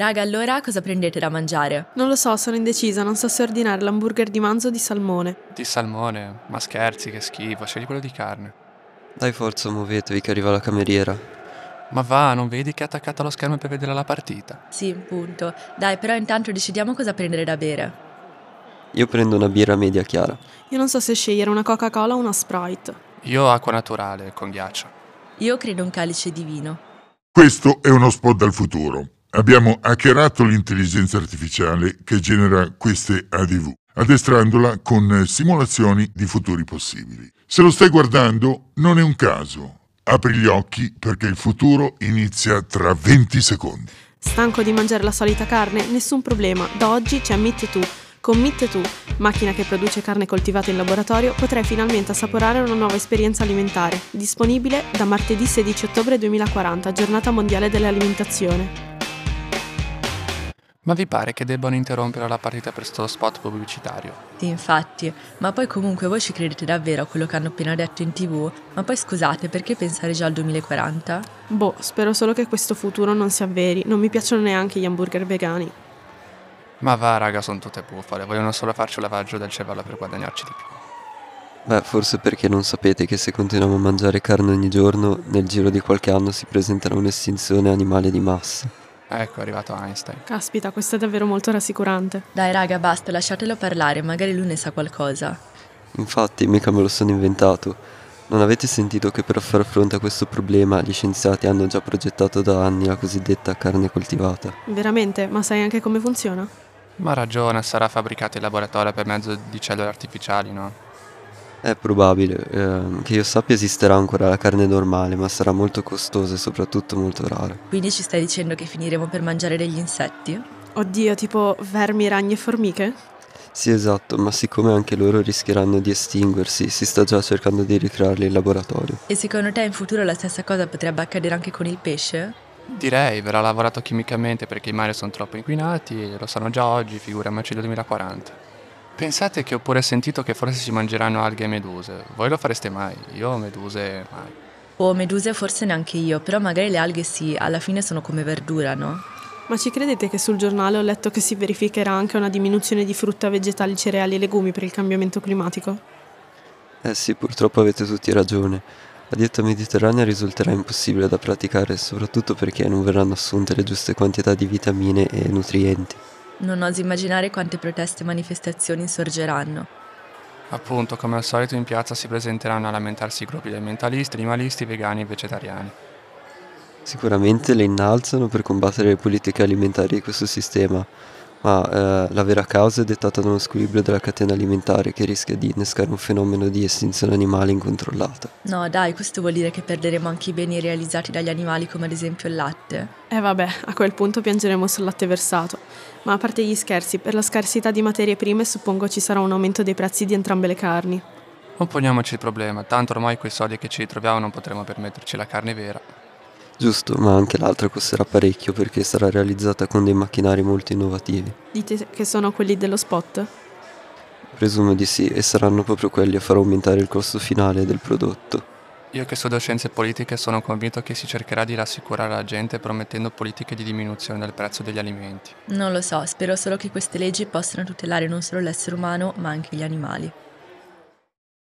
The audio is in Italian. Raga, allora cosa prendete da mangiare? Non lo so, sono indecisa, non so se ordinare l'hamburger di manzo o di salmone. Di salmone, ma scherzi, che schifo, scegli quello di carne. Dai forza, muovetevi che arriva la cameriera. Ma va, non vedi che è attaccata allo schermo per vedere la partita? Sì, punto. Dai, però intanto decidiamo cosa prendere da bere. Io prendo una birra media chiara. Io non so se scegliere una Coca-Cola o una Sprite. Io acqua naturale, con ghiaccio. Io credo un calice di vino. Questo è uno spot dal futuro. Abbiamo hackerato l'intelligenza artificiale che genera queste ADV, addestrandola con simulazioni di futuri possibili. Se lo stai guardando, non è un caso. Apri gli occhi perché il futuro inizia tra 20 secondi. Stanco di mangiare la solita carne? Nessun problema, da oggi c'è Meat Tu. Con Meat Tu, macchina che produce carne coltivata in laboratorio, potrai finalmente assaporare una nuova esperienza alimentare. Disponibile da martedì 16 ottobre 2040, giornata mondiale dell'alimentazione. Ma vi pare che debbano interrompere la partita per sto spot pubblicitario? Sì, infatti. Ma poi comunque voi ci credete davvero a quello che hanno appena detto in tv? Ma poi scusate, perché pensare già al 2040? Boh, spero solo che questo futuro non si avveri, non mi piacciono neanche gli hamburger vegani. Ma va, raga, sono tutte bufale, vogliono solo farci un lavaggio del cervello per guadagnarci di più. Beh, forse perché non sapete che se continuiamo a mangiare carne ogni giorno, nel giro di qualche anno si presenterà un'estinzione animale di massa. Ecco, è arrivato Einstein. Caspita, questo è davvero molto rassicurante. Dai, raga, basta, lasciatelo parlare, magari lui ne sa qualcosa. Infatti, mica me lo sono inventato. Non avete sentito che per far fronte a questo problema gli scienziati hanno già progettato da anni la cosiddetta carne coltivata? Veramente? Ma sai anche come funziona? Ma ragione, sarà fabbricata in laboratorio per mezzo di cellule artificiali, no? È probabile, ehm, che io sappia esisterà ancora la carne normale, ma sarà molto costosa e soprattutto molto rara. Quindi ci stai dicendo che finiremo per mangiare degli insetti? Oddio, tipo vermi, ragni e formiche? Sì, esatto, ma siccome anche loro rischieranno di estinguersi, si sta già cercando di ricrearli in laboratorio. E secondo te in futuro la stessa cosa potrebbe accadere anche con il pesce? Direi, verrà lavorato chimicamente perché i mari sono troppo inquinati, lo sanno già oggi, figuriamoci nel 2040. Pensate che ho pure sentito che forse si mangeranno alghe e meduse. Voi lo fareste mai? Io meduse mai. O meduse forse neanche io, però magari le alghe sì, alla fine sono come verdura, no? Ma ci credete che sul giornale ho letto che si verificherà anche una diminuzione di frutta, vegetali, cereali e legumi per il cambiamento climatico? Eh sì, purtroppo avete tutti ragione. La dieta mediterranea risulterà impossibile da praticare, soprattutto perché non verranno assunte le giuste quantità di vitamine e nutrienti. Non oso immaginare quante proteste e manifestazioni sorgeranno. Appunto, come al solito in piazza si presenteranno a lamentarsi i gruppi di ambientalisti, animalisti, vegani e vegetariani. Sicuramente le innalzano per combattere le politiche alimentari di questo sistema, ma eh, la vera causa è dettata da uno squilibrio della catena alimentare che rischia di innescare un fenomeno di estinzione animale incontrollata. No, dai, questo vuol dire che perderemo anche i beni realizzati dagli animali, come ad esempio il latte. E Eh, vabbè, a quel punto piangeremo sul latte versato. Ma a parte gli scherzi, per la scarsità di materie prime suppongo ci sarà un aumento dei prezzi di entrambe le carni. Non poniamoci il problema, tanto ormai quei soldi che ci ritroviamo non potremo permetterci la carne vera. Giusto, ma anche l'altra costerà parecchio perché sarà realizzata con dei macchinari molto innovativi. Dite che sono quelli dello spot? Presumo di sì, e saranno proprio quelli a far aumentare il costo finale del prodotto. Io che studio scienze politiche sono convinto che si cercherà di rassicurare la gente promettendo politiche di diminuzione del prezzo degli alimenti. Non lo so, spero solo che queste leggi possano tutelare non solo l'essere umano, ma anche gli animali.